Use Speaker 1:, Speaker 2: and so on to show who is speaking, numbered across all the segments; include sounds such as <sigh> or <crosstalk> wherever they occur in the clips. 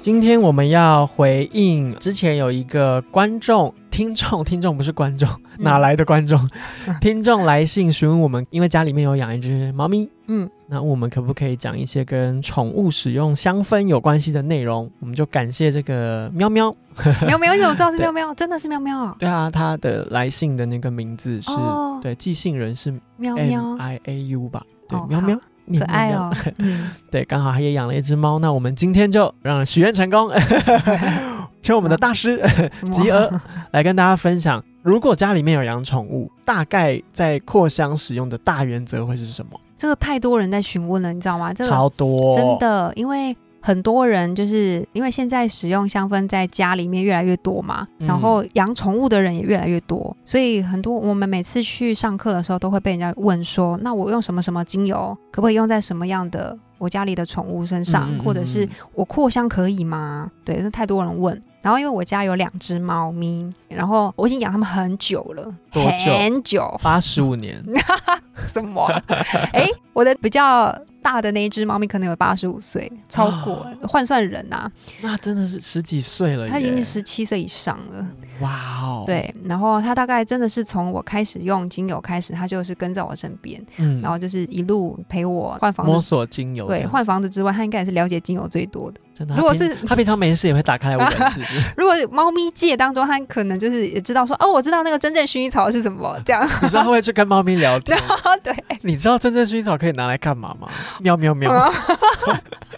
Speaker 1: 今天我们要回应之前有一个观众、听众、听众不是观众，
Speaker 2: 嗯
Speaker 1: 哪来的观众？听众来信询问我们，因为家里面有养一只猫咪，
Speaker 2: 嗯，
Speaker 1: 那问我们可不可以讲一些跟宠物使用香氛有关系的内容？我们就感谢这个喵喵。
Speaker 2: 喵喵，你怎么知道是
Speaker 1: <laughs> 对
Speaker 2: 喵喵？真的是喵喵哦，
Speaker 1: 对啊，他的来信的那个名字是，
Speaker 2: 哦
Speaker 1: 对，寄信人是
Speaker 2: 喵
Speaker 1: M
Speaker 2: 喵，
Speaker 1: I A U 吧？对，
Speaker 2: 哦
Speaker 1: 喵喵
Speaker 2: 好，
Speaker 1: 你
Speaker 2: 可爱
Speaker 1: 啊喵喵
Speaker 2: 哦。
Speaker 1: <laughs>
Speaker 2: 嗯，
Speaker 1: 对，刚好他也养了一只猫，那我们今天就让许愿成功， <laughs> 请我们的大师 <laughs>
Speaker 2: 什么啊
Speaker 1: 吉儿来跟大家分享，如果家里面有养宠物，大概在扩香使用的大原则会是什么？
Speaker 2: 这个太多人在询问了，你知道吗？这个
Speaker 1: 超多，
Speaker 2: 真
Speaker 1: 哦
Speaker 2: 的，因为很多人就是因为现在使用香氛在家里面越来越多嘛，
Speaker 1: 嗯
Speaker 2: 然后养宠物的人也越来越多，所以很多我们每次去上课的时候都会被人家问说，那我用什么什么精油，可不可以用在什么样的？我家里的宠物身上，
Speaker 1: 嗯嗯嗯
Speaker 2: 或者是
Speaker 1: 嗯
Speaker 2: 我扩香可以吗？对，那太多人问。然后因为我家有两只猫咪，然后我已经养它们很久了，
Speaker 1: 多久
Speaker 2: 很久，
Speaker 1: 八十五年， <laughs>
Speaker 2: 什么 <laughs> 啊？哎、我的比较大的那一只猫咪可能有八十五岁，超过换算人啊，
Speaker 1: 那真的是十几岁了耶，
Speaker 2: 它已经十七岁以上了。
Speaker 1: 哇哦，，
Speaker 2: 对，然后它大概真的是从我开始用精油开始，它就是跟在我身边，
Speaker 1: 嗯
Speaker 2: 然后就是一路陪我换房
Speaker 1: 摸
Speaker 2: 子。
Speaker 1: 索精油这样
Speaker 2: 对，
Speaker 1: 子，
Speaker 2: 换房子之外，它应该也是了解精油最多的。
Speaker 1: 真的，
Speaker 2: 如果
Speaker 1: 他平
Speaker 2: 是
Speaker 1: 他平常没事也会打开
Speaker 2: <laughs>
Speaker 1: 来闻，是不是？
Speaker 2: 如果猫咪界当中，它可能就是也知道说，哦，我知道那个真正薰衣草是什么，这样。 <laughs>
Speaker 1: 你知道他会去跟猫咪聊天
Speaker 2: 然
Speaker 1: 吗。
Speaker 2: 后对，啊
Speaker 1: 你知道真正薰衣草可以拿来干嘛吗？喵喵
Speaker 2: 哦
Speaker 1: 喵！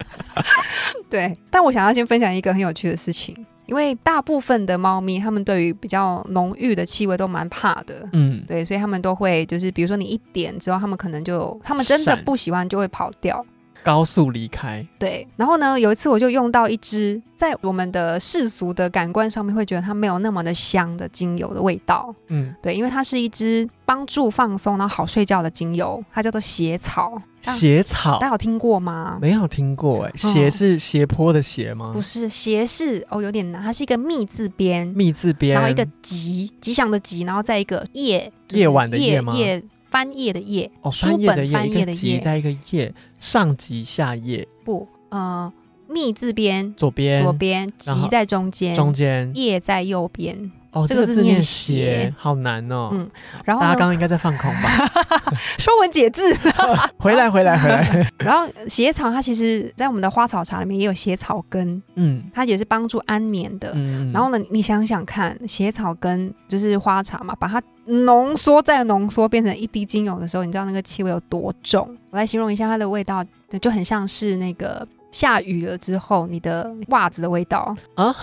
Speaker 2: <laughs> 对，但我想要先分享一个很有趣的事情，因为大部分的猫咪，它们对于比较浓郁的气味都蛮怕的。
Speaker 1: 嗯，
Speaker 2: 对，所以它们都会就是，比如说你一点之后，它们可能就，它们真的
Speaker 1: 闪
Speaker 2: 不喜欢就会跑掉。
Speaker 1: 高速离开，
Speaker 2: 对，然后呢，有一次我就用到一支在我们的世俗的感官上面会觉得它没有那么的香的精油的味道。
Speaker 1: 嗯，
Speaker 2: 对，因为它是一支帮助放松然后好睡觉的精油，它叫做血草。大
Speaker 1: 斜草
Speaker 2: 大家有听过吗？
Speaker 1: 没有听过哎，斜是斜坡的斜
Speaker 2: 哦
Speaker 1: 吗
Speaker 2: 不？是，斜是哦，有点难，它是一个密字边，
Speaker 1: 密字边，
Speaker 2: 然后一个吉吉祥的吉，然后再一个夜，就是
Speaker 1: 夜晚的夜吗
Speaker 2: 夜翻页的页，
Speaker 1: 哦，
Speaker 2: 书
Speaker 1: 翻页的
Speaker 2: 本翻
Speaker 1: 页，一
Speaker 2: 页的
Speaker 1: 个集
Speaker 2: 页，
Speaker 1: 在一个页，上集下页，
Speaker 2: 不，呃，密字边
Speaker 1: 左边
Speaker 2: 左边，
Speaker 1: 然后
Speaker 2: 吉在中间，
Speaker 1: 中间，
Speaker 2: 夜在右边。
Speaker 1: 哦，
Speaker 2: 这个
Speaker 1: 这个
Speaker 2: 字
Speaker 1: 字
Speaker 2: 念
Speaker 1: 念
Speaker 2: 斜
Speaker 1: 斜，好难哦。
Speaker 2: 嗯然后
Speaker 1: 大家
Speaker 2: 呢
Speaker 1: 刚刚应该在放空
Speaker 2: <laughs>
Speaker 1: 吧？
Speaker 2: 说文解字， <laughs>
Speaker 1: 回来，回来，回来。
Speaker 2: 然后斜草它其实在我们的花草茶里面也有斜草根，
Speaker 1: 嗯
Speaker 2: 它也是帮助安眠的。
Speaker 1: 嗯，
Speaker 2: 呃然后呢，你想想看，斜草根就是花茶嘛，把它浓缩再浓缩变成一滴精油的时候，你知道那个气味有多重？我来形容一下它的味道，就很像是那个下雨了之后你的袜子的味道
Speaker 1: <laughs> 啊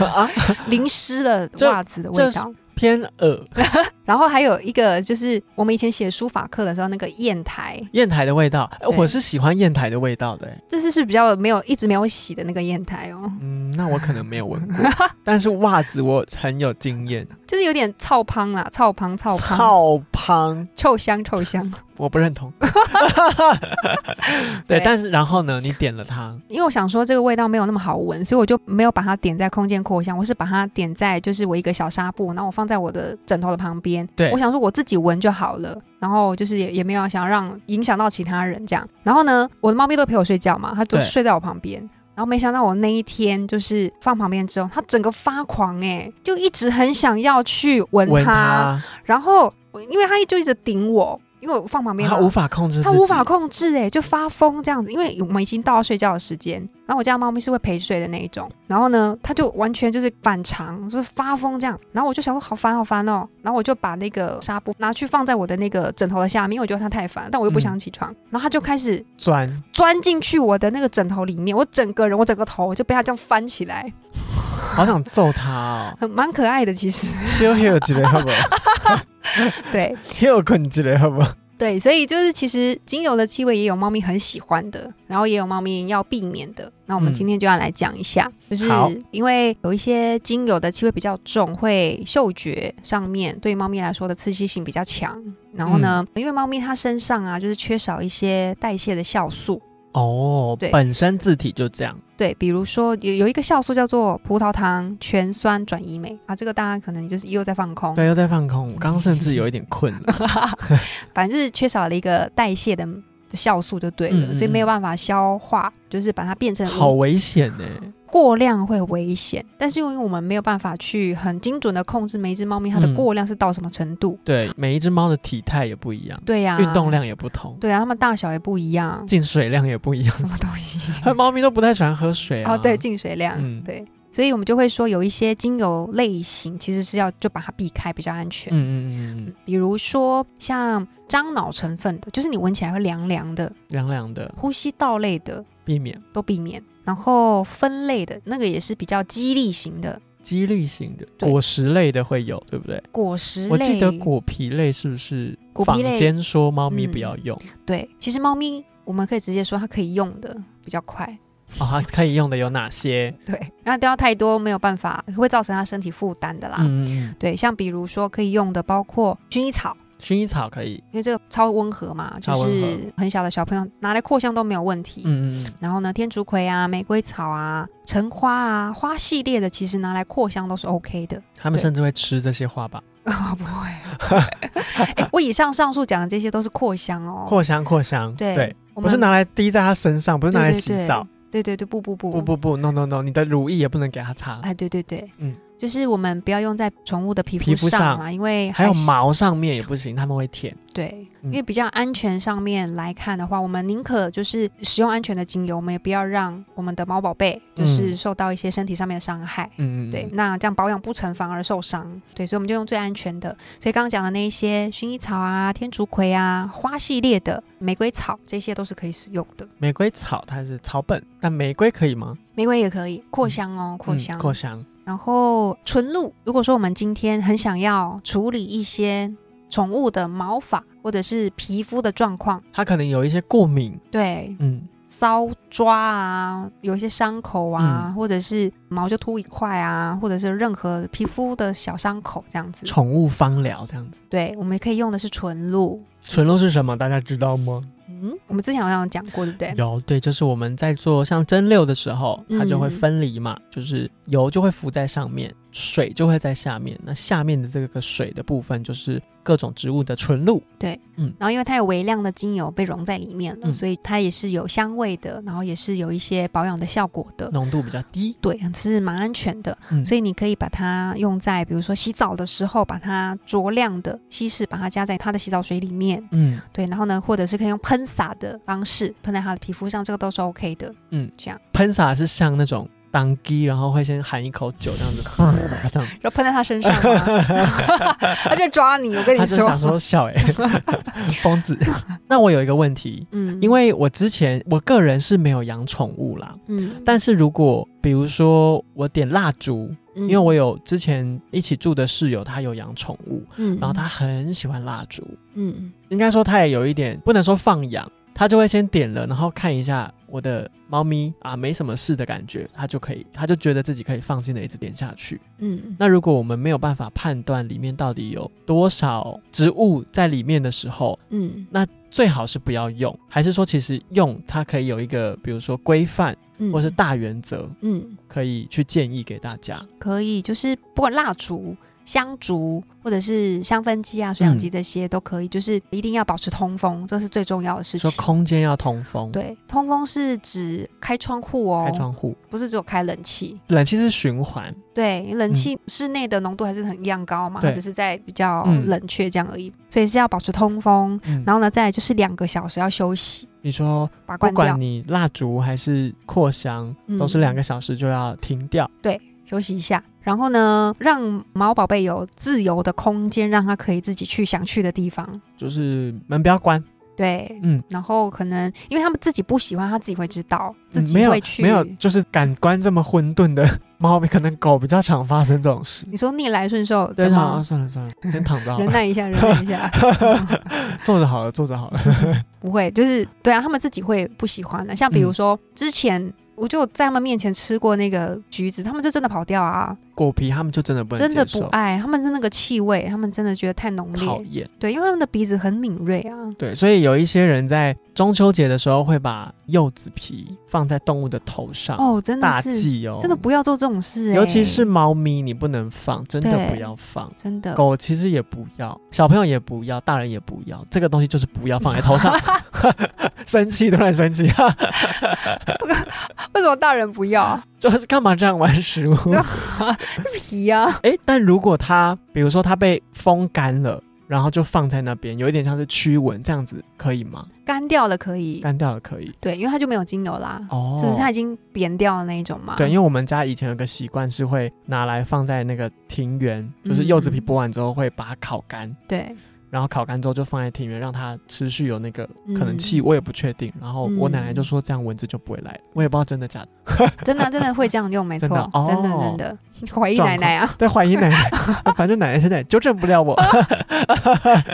Speaker 1: 啊，
Speaker 2: 淋湿了袜子的味
Speaker 1: 这
Speaker 2: 道。
Speaker 1: <laughs> 偏
Speaker 2: <laughs>
Speaker 1: 耳
Speaker 2: 然后还有一个就是我们以前写书法课的时候那个砚台，
Speaker 1: 砚台的味道，哎
Speaker 2: 对
Speaker 1: 我是喜欢砚台的味道的。哎
Speaker 2: 这是是比较没有一直没有洗的那个砚台哦，
Speaker 1: 嗯，那我可能没有闻
Speaker 2: <laughs>
Speaker 1: 过，但是袜子我很有经验。
Speaker 2: 就是有点臭胖啦，臭胖臭胖，
Speaker 1: 超胖，
Speaker 2: 臭香臭香。
Speaker 1: 我不
Speaker 2: <laughs>
Speaker 1: 认同。
Speaker 2: 对
Speaker 1: 对，但是然后呢？你点了它，
Speaker 2: 因为我想说这个味道没有那么好闻，所以我就没有把它点在空间扩香，我是把它点在就是我一个小纱布，然后我放在我的枕头的旁边。
Speaker 1: 对
Speaker 2: 我想说我自己闻就好了，然后就是也也没有想让影响到其他人这样。然后呢，我的猫咪都陪我睡觉嘛，它就
Speaker 1: 对
Speaker 2: 睡在我旁边。然后没想到我那一天就是放旁边之后，它整个发狂哎、就一直很想要去闻
Speaker 1: 闻
Speaker 2: 它，
Speaker 1: 它，
Speaker 2: 然后我因为它就一直顶我，因为我放旁边嘛
Speaker 1: 它无法控制自己，
Speaker 2: 它无法控制哎、就发疯这样子，因为我们已经到睡觉的时间，然后我家的猫咪是会陪睡的那一种，然后呢，它就完全就是反常，就是发疯这样，然后我就想说好烦好烦哦，然后我就把那个纱布拿去放在我的那个枕头的下面，因为我觉得它太烦，但我又不想起床，然后它就开始
Speaker 1: 钻。
Speaker 2: 钻进去我的那个枕头里面，我整个人我整个头就被它这样翻起来，！
Speaker 1: 好想揍它哦
Speaker 2: <laughs> 很蛮可爱的其实， <laughs>
Speaker 1: 休息一下好不好？
Speaker 2: 对，
Speaker 1: 休困一下好不好？
Speaker 2: 对，所以就是其实精油的气味也有猫咪很喜欢的，然后也有猫咪要避免的。那我们
Speaker 1: 嗯
Speaker 2: 今天就要来讲一下，就是
Speaker 1: 好
Speaker 2: 因为有一些精油的气味比较重，会嗅觉上面对猫咪来说的刺激性比较强。然后呢，
Speaker 1: 嗯
Speaker 2: 因为猫咪它身上啊就是缺少一些代谢的酵素，
Speaker 1: 哦
Speaker 2: 对，嗯
Speaker 1: 本身字体就这样，
Speaker 2: 对，比如说有有一个酵素叫做葡萄糖醛酸转移酶啊，这个大家可能就是又在放空，
Speaker 1: 对，又在放空，我刚刚甚至有一点
Speaker 2: <laughs>
Speaker 1: 困了。
Speaker 2: 反正就是缺少了一个代谢的酵素就对了，
Speaker 1: 嗯嗯
Speaker 2: 所以没有办法消化，就是把它变成
Speaker 1: 好危险欸呢、
Speaker 2: 过量会危险。但是因为我们没有办法去很精准的控制每一只猫咪它的
Speaker 1: 嗯
Speaker 2: 过量是到什么程度，
Speaker 1: 对，每一只猫的体态也不一样，
Speaker 2: 对呀、
Speaker 1: 运动，量也不同，
Speaker 2: 对呀、啊它们大小也不一样，
Speaker 1: 进水量也不一样。
Speaker 2: 什么东西？
Speaker 1: 猫咪都不太喜欢喝水啊。
Speaker 2: <laughs> 哦，对，进水量，
Speaker 1: 嗯
Speaker 2: 对。所以我们就会说，有一些精油类型其实是要就把它避开比较安全。
Speaker 1: 嗯嗯嗯嗯，
Speaker 2: 比如说像樟脑成分的，就是你闻起来会凉凉的，
Speaker 1: 凉凉的，
Speaker 2: 呼吸道类的
Speaker 1: 避免
Speaker 2: 都避免。然后分类的那个也是比较激励型的，
Speaker 1: 激励型的
Speaker 2: 对
Speaker 1: 果实类的会有，对不对？
Speaker 2: 果实类。
Speaker 1: 我记得果皮类是不是
Speaker 2: 果
Speaker 1: 坊
Speaker 2: 皮类
Speaker 1: 间说猫咪
Speaker 2: 嗯
Speaker 1: 不要用
Speaker 2: 对，其实猫咪我们可以直接说它可以用的比较快，
Speaker 1: 啊？它可以用的有
Speaker 2: <laughs>
Speaker 1: 哪些？
Speaker 2: 对，那掉太多没有办法，会造成它身体负担的啦。
Speaker 1: 嗯嗯嗯，
Speaker 2: 对，像比如说可以用的包括薰衣草，
Speaker 1: 薰衣草可以。
Speaker 2: 因为这个超温和嘛，就
Speaker 1: 超温和
Speaker 2: 是很小的小朋友拿来扩香都没有问题。
Speaker 1: 嗯嗯嗯，
Speaker 2: 然后呢，天竺葵啊、玫瑰草啊、橙花啊、花系列的，其实拿来扩香都是 OK 的。
Speaker 1: 他们
Speaker 2: 对
Speaker 1: 甚至会吃这些花吧？
Speaker 2: <laughs> 哦，不会、哎我以上上述讲的这些都是扩香哦。
Speaker 1: 扩香扩香，
Speaker 2: 对，我
Speaker 1: 不是拿来滴在它身上，不是拿来洗澡。。
Speaker 2: 对对对对对，不不不
Speaker 1: 不不不，no no no，你的乳液也不能给它擦，
Speaker 2: 哎，对对对，嗯
Speaker 1: 嗯，
Speaker 2: 就是我们不要用在宠物的皮
Speaker 1: 皮
Speaker 2: 肤
Speaker 1: 肤
Speaker 2: 上
Speaker 1: 上
Speaker 2: 啊，因为
Speaker 1: 还有
Speaker 2: 是，
Speaker 1: 毛上面也不行，他们会舔。
Speaker 2: 对，因
Speaker 1: 嗯
Speaker 2: 为比较安全上面来看的话，我们宁可就是使用安全的精油，我们也不要让我们的猫宝贝就是
Speaker 1: 嗯
Speaker 2: 受到一些身体上面的伤害。
Speaker 1: 嗯嗯，嗯
Speaker 2: 对，，那这样保养不成反而受伤。对，所以我们就用最安全的。所以刚刚讲的那一些薰衣草啊、天竺葵啊、花系列的玫瑰草，这些都是可以使用的。
Speaker 1: 玫瑰草它是草本，但玫瑰可以吗？
Speaker 2: 玫瑰也可以扩香哦，扩香。
Speaker 1: 嗯扩香，
Speaker 2: 然后纯露，如果说我们今天很想要处理一些宠物的毛发或者是皮肤的状况，
Speaker 1: 它可能有一些过敏。
Speaker 2: 对，
Speaker 1: 嗯，
Speaker 2: 搔抓啊，有一些伤口啊，
Speaker 1: 嗯
Speaker 2: 或者是毛就秃一块啊，或者是任何皮肤的小伤口这样子，
Speaker 1: 宠物芳疗这样子。
Speaker 2: 对，我们可以用的是纯露。
Speaker 1: 纯露是什么？大家知道吗？
Speaker 2: 嗯，我们之前好像有讲过，对不对？
Speaker 1: 有，对，就是我们在做像蒸馏的时候，它就会
Speaker 2: 嗯
Speaker 1: 分离嘛，就是油就会浮在上面，水就会在下面。那下面的这个水的部分就是各种植物的纯露。
Speaker 2: 然后因为它有微量的精油被溶在里面了，
Speaker 1: 嗯
Speaker 2: 所以它也是有香味的，然后也是有一些保养的效果的。
Speaker 1: 浓度比较低，
Speaker 2: 对，是蛮安全的。<laughs>
Speaker 1: 嗯
Speaker 2: 所以你可以把它用在，比如说洗澡的时候，把它酌量的稀释，把它加在它的洗澡水里面。
Speaker 1: 嗯，
Speaker 2: 对，然后呢，或者是可以用喷洒的方式喷在它的皮肤上，这个都是 OK 的。
Speaker 1: 喷洒是像那种当机，然后会先含一口酒这样子， <laughs> 这样。
Speaker 2: 要喷在它身上 <laughs> 吗？它就抓你，我跟
Speaker 1: 他
Speaker 2: 你
Speaker 1: 就想
Speaker 2: 说。
Speaker 1: 说笑哎、疯子。 <laughs> 那我有一个问题，
Speaker 2: 嗯
Speaker 1: 因为我之前我个人是没有养宠物啦，
Speaker 2: 嗯，
Speaker 1: 但是如果比如说我点蜡烛，
Speaker 2: 因
Speaker 1: 因为我有之前一起住的室友，他有养宠物，
Speaker 2: 嗯，
Speaker 1: 然后他很喜欢蜡烛，
Speaker 2: 嗯
Speaker 1: 应该说他也有一点不能说放养，他就会先点了，然后看一下我的猫咪啊没什么事的感觉，他就可以，他就觉得自己可以放心的一直点下去。
Speaker 2: 嗯
Speaker 1: 那如果我们没有办法判断里面到底有多少植物在里面的时候，
Speaker 2: 嗯
Speaker 1: 最好是不要用，还是说其实用它可以有一个，比如说规范
Speaker 2: 嗯，
Speaker 1: 或是大原则，
Speaker 2: 嗯
Speaker 1: 可以去建议给大家。
Speaker 2: 可以，就是不管蜡烛、香烛或者是香氛机啊、
Speaker 1: 嗯
Speaker 2: 水氧机这些都可以，就是一定要保持通风，这是最重要的事
Speaker 1: 说
Speaker 2: 情。
Speaker 1: 空间要通风，，
Speaker 2: 对，通风是指开窗户哦，
Speaker 1: 开窗户，
Speaker 2: 不是只有开冷气。
Speaker 1: 冷气是循环，
Speaker 2: 对，冷气室内的浓度还是很一样高嘛，它
Speaker 1: 嗯对
Speaker 2: 只是在比较
Speaker 1: 嗯
Speaker 2: 冷却这样而已，所以是要保持通风。
Speaker 1: 嗯，
Speaker 2: 然后呢，再来就是两个小时要休息，
Speaker 1: 你说
Speaker 2: 把它
Speaker 1: 不
Speaker 2: 关掉
Speaker 1: 管，你蜡烛还是扩香，
Speaker 2: 嗯
Speaker 1: 都是两个小时就要停掉，
Speaker 2: 休息一下。然后呢，让毛宝贝有自由的空间，让它可以自己去想去的地方。
Speaker 1: 就是门不要关，
Speaker 2: 对，
Speaker 1: 嗯，
Speaker 2: 然后可能因为他们自己不喜欢，他自己会知道，自
Speaker 1: 嗯
Speaker 2: 己
Speaker 1: 没有
Speaker 2: 会去、
Speaker 1: 没有，就是感官这么混沌的 <laughs> 猫咪可能狗比较常发生这种事。
Speaker 2: 你说逆来顺受
Speaker 1: 对，
Speaker 2: 的
Speaker 1: 想啊，
Speaker 2: 吗？
Speaker 1: 算了算了，先躺着好
Speaker 2: 忍
Speaker 1: 了，
Speaker 2: 耐一下，忍耐一
Speaker 1: <laughs>
Speaker 2: 下，
Speaker 1: 坐着好了，坐着好了。 <laughs>
Speaker 2: 不会，就是对啊，他们自己会不喜欢的。像比如
Speaker 1: 嗯
Speaker 2: 说、之前。我就在他们面前吃过那个橘子，他们就真的跑掉啊，
Speaker 1: 果皮他们就真的不能
Speaker 2: 真的
Speaker 1: 接
Speaker 2: 不
Speaker 1: 受
Speaker 2: 爱，他们的那个气味，他们真的觉得太浓
Speaker 1: 讨
Speaker 2: 烈。
Speaker 1: 厌。
Speaker 2: 对，因为他们的鼻子很敏锐啊，
Speaker 1: 对，所以有一些人在中秋节的时候会把柚子皮放在动物的头上，
Speaker 2: 哦，真
Speaker 1: 啊大
Speaker 2: 的是，
Speaker 1: 忌哦，
Speaker 2: 真的不要做这种事、欸，
Speaker 1: 尤其是猫咪，你不能放，真的
Speaker 2: 对
Speaker 1: 不要放。
Speaker 2: 真的，
Speaker 1: 狗其实也不要，小朋友也不要，大人也不要，这个东西就是不要放在
Speaker 2: <laughs>
Speaker 1: 头上。 <laughs> 生气，突然生气，啊
Speaker 2: 为什么大人不要
Speaker 1: <laughs> 就是干嘛这样玩食
Speaker 2: <laughs>
Speaker 1: 物？
Speaker 2: 皮啊？
Speaker 1: 诶，但如果它，比如说它被风干了，然后就放在那边，有一点像是驱蚊这样子，可以吗？
Speaker 2: 干掉了可以，
Speaker 1: 干掉了可以。
Speaker 2: 对，因为它就没有精油啦，
Speaker 1: 哦，
Speaker 2: 是不是？它已经扁掉的那一种嘛？
Speaker 1: 对，因为我们家以前有个习惯是会拿来放在那个庭园，就是
Speaker 2: 嗯
Speaker 1: 柚子皮
Speaker 2: 嗯
Speaker 1: 剥完之后会把它烤干，
Speaker 2: 对，
Speaker 1: 然后烤干之后就放在庭园，让它持续有那个
Speaker 2: 嗯
Speaker 1: 可能气，我也不确定。然后我奶奶就说这样蚊子就不会来，我也不知道真的假的，
Speaker 2: 真的真的会这样
Speaker 1: <laughs>
Speaker 2: 用，没错
Speaker 1: 真的，哦
Speaker 2: 真的真的，怀疑奶奶啊，
Speaker 1: 在怀疑奶奶，反正奶奶现在纠正不了我，
Speaker 2: <laughs>
Speaker 1: <laughs>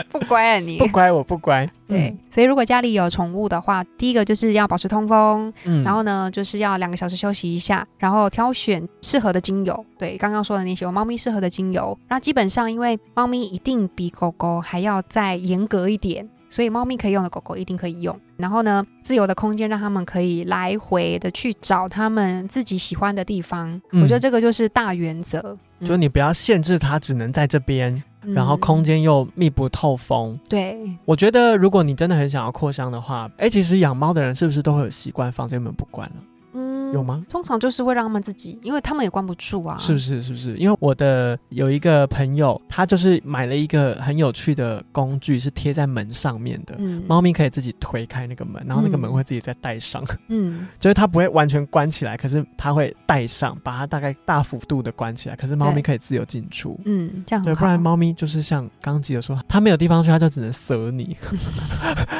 Speaker 2: 不乖啊你
Speaker 1: 不。乖我不乖。
Speaker 2: <laughs>
Speaker 1: 嗯
Speaker 2: 对，所以如果家里有宠物的话，第一个就是要保持通风，
Speaker 1: 嗯，嗯
Speaker 2: 然后呢，就是要两个小时休息一下，然后挑选适合的精油。对，刚刚说的那些，有猫咪适合的精油。然后基本上，因为猫咪一定比狗狗还要再严格一点，所以猫咪可以用的，狗狗一定可以用。然后呢，自由的空间让它们可以来回的去找它们自己喜欢的地方。
Speaker 1: 嗯
Speaker 2: 我觉得这个就是大原则。嗯
Speaker 1: 就是你不要限制它，只能在这边，然后
Speaker 2: 嗯
Speaker 1: 空间又密不透风。
Speaker 2: 对
Speaker 1: 我觉得如果你真的很想要扩香的话，哎，其实养猫的人是不是都会有习惯房间门不关了？
Speaker 2: 嗯
Speaker 1: 有？吗？
Speaker 2: 通常就是会让他们自己，因为他们也关不住啊。
Speaker 1: 是不是？是不是？因为我的有一个朋友，他就是买了一个很有趣的工具，是贴在门上面的。
Speaker 2: 嗯
Speaker 1: 猫咪可以自己推开那个门，然后那个门
Speaker 2: 嗯
Speaker 1: 会自己再带上，
Speaker 2: 嗯，
Speaker 1: 就是它不会完全关起来，可是它会带上，把它大概大幅度的关起来。可是猫咪
Speaker 2: 对
Speaker 1: 可以自由进出，
Speaker 2: 嗯，这样
Speaker 1: 对，
Speaker 2: 很好。
Speaker 1: 不然猫咪就是像刚吉的说，它没有地方去，它就只能啄你，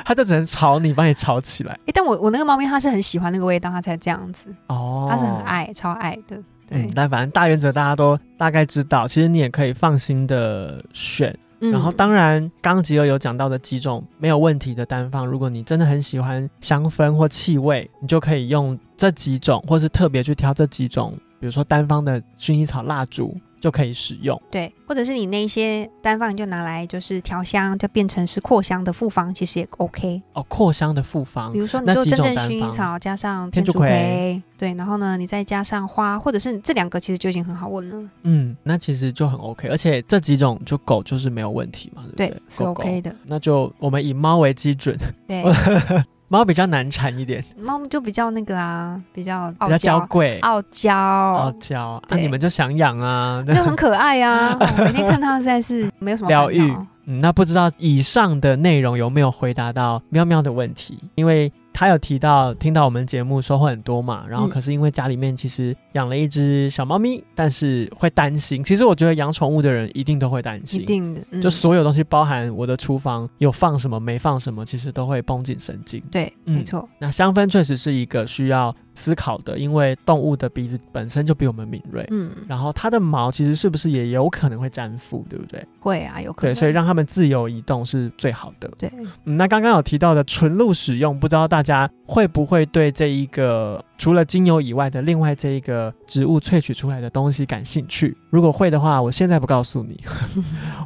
Speaker 1: 它就只能吵你，把你吵起来。
Speaker 2: 诶但我我那个猫咪它是很喜欢那个味道，它才这样子，
Speaker 1: 哦，
Speaker 2: 它是很。爱、超爱的。对
Speaker 1: 嗯，，但反正大原则大家都大概知道，其实你也可以放心的选。
Speaker 2: 嗯
Speaker 1: 然后当然，刚刚吉友有讲到的几种没有问题的单方，如果你真的很喜欢香氛或气味，你就可以用这几种，或是特别去挑这几种，比如说单方的薰衣草蜡烛就可以使用。
Speaker 2: 对，或者是你那一些单方，你就拿来就是调香，就变成是扩香的复方，其实也 OK。
Speaker 1: 哦，扩香的复方
Speaker 2: 比，如说，你
Speaker 1: 那
Speaker 2: 就
Speaker 1: 几
Speaker 2: 真
Speaker 1: 种
Speaker 2: 正
Speaker 1: 单
Speaker 2: 薰衣
Speaker 1: 方
Speaker 2: 草加上
Speaker 1: 天竺
Speaker 2: 竺
Speaker 1: 葵
Speaker 2: 葵，对，然后呢，你再加上花，或者是这两个其实就已经很好闻了，
Speaker 1: 嗯，那其实就很 OK，而且这几种就狗就是没有问题嘛，对不
Speaker 2: 对，
Speaker 1: 对？
Speaker 2: 是
Speaker 1: 狗
Speaker 2: OK
Speaker 1: 狗 <laughs>
Speaker 2: 的。
Speaker 1: 那就我们以猫为基准， <laughs>
Speaker 2: 对，
Speaker 1: 猫比较难缠一点，
Speaker 2: 猫咪就比较那个啊，比较
Speaker 1: 比
Speaker 2: 傲
Speaker 1: 较娇
Speaker 2: 娇，
Speaker 1: 贵，哦
Speaker 2: 傲
Speaker 1: 傲
Speaker 2: 娇，
Speaker 1: 娇。那、
Speaker 2: 对
Speaker 1: 你们就想养啊，
Speaker 2: 就很可爱
Speaker 1: <laughs>
Speaker 2: 呀、啊。哦每天看它实在是没有什么
Speaker 1: 疗
Speaker 2: 烦
Speaker 1: 愈
Speaker 2: 恼。
Speaker 1: 嗯，那不知道以上的内容有没有回答到喵喵的问题？因为他有提到听到我们节目收获很多嘛，然后
Speaker 2: 嗯
Speaker 1: 可是因为家里面其实养了一只小猫咪，但是会担心。其实我觉得养宠物的人一定都会担
Speaker 2: 一
Speaker 1: 心。
Speaker 2: 定的，嗯
Speaker 1: 就所有东西，包含我的厨房有放什么没放什么，其实都会绷紧神经。
Speaker 2: 对，
Speaker 1: 嗯
Speaker 2: 没错，
Speaker 1: 那香氛确实是一个需要思考的，因为动物的鼻子本身就比我们敏锐，
Speaker 2: 嗯，
Speaker 1: 然后它的毛其实是不是也有可能会粘附，对不对？
Speaker 2: 会啊，有可能，
Speaker 1: 对，所以让它们自由移动是最好的。
Speaker 2: 对，
Speaker 1: 嗯，那刚刚有提到的纯露使用，不知道大家会不会对这一个除了精油以外的另外这一个植物萃取出来的东西感兴趣？如果会的话，我现在不告诉你， <laughs>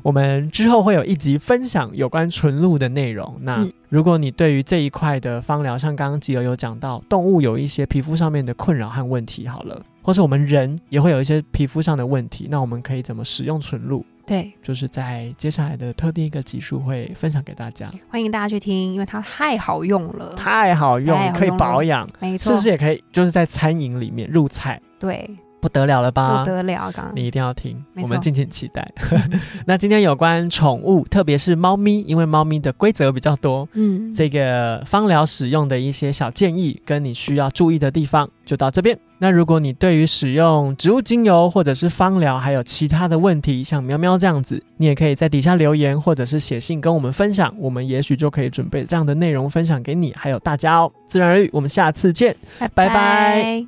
Speaker 1: 我们之后会有一集分享有关纯露的内容。那
Speaker 2: 嗯
Speaker 1: 如果你对于这一块的芳疗，像刚刚吉友有讲到，动物有一些皮肤上面的困扰和问题，好了，或是我们人也会有一些皮肤上的问题，那我们可以怎么使用纯露？
Speaker 2: 对，
Speaker 1: 就是在接下来的特定一个集数会分享给大家。
Speaker 2: 欢迎大家去听，因为它太好用了，
Speaker 1: 太好用，
Speaker 2: 太好用了
Speaker 1: 可以保养，
Speaker 2: 没
Speaker 1: 是
Speaker 2: 错，
Speaker 1: 不是也可以？就是在餐饮里面入菜，
Speaker 2: 对，
Speaker 1: 不得了了吧？
Speaker 2: 不得了，刚刚
Speaker 1: 啊你一定要听，
Speaker 2: 没
Speaker 1: 我
Speaker 2: 错
Speaker 1: 们敬请期
Speaker 2: <laughs>
Speaker 1: 待。那今天有关宠物，特别是猫咪，因为猫咪的规则比较多，
Speaker 2: 嗯，
Speaker 1: 这个芳疗使用的一些小建议跟你需要注意的地方，就到这边。那如果你对于使用植物精油或者是芳疗还有其他的问题，像喵喵这样子，你也可以在底下留言或者是写信跟我们分享，我们也许就可以准备这样的内容分享给你还有大家哦。自然而语，我们下次见。拜拜
Speaker 2: 拜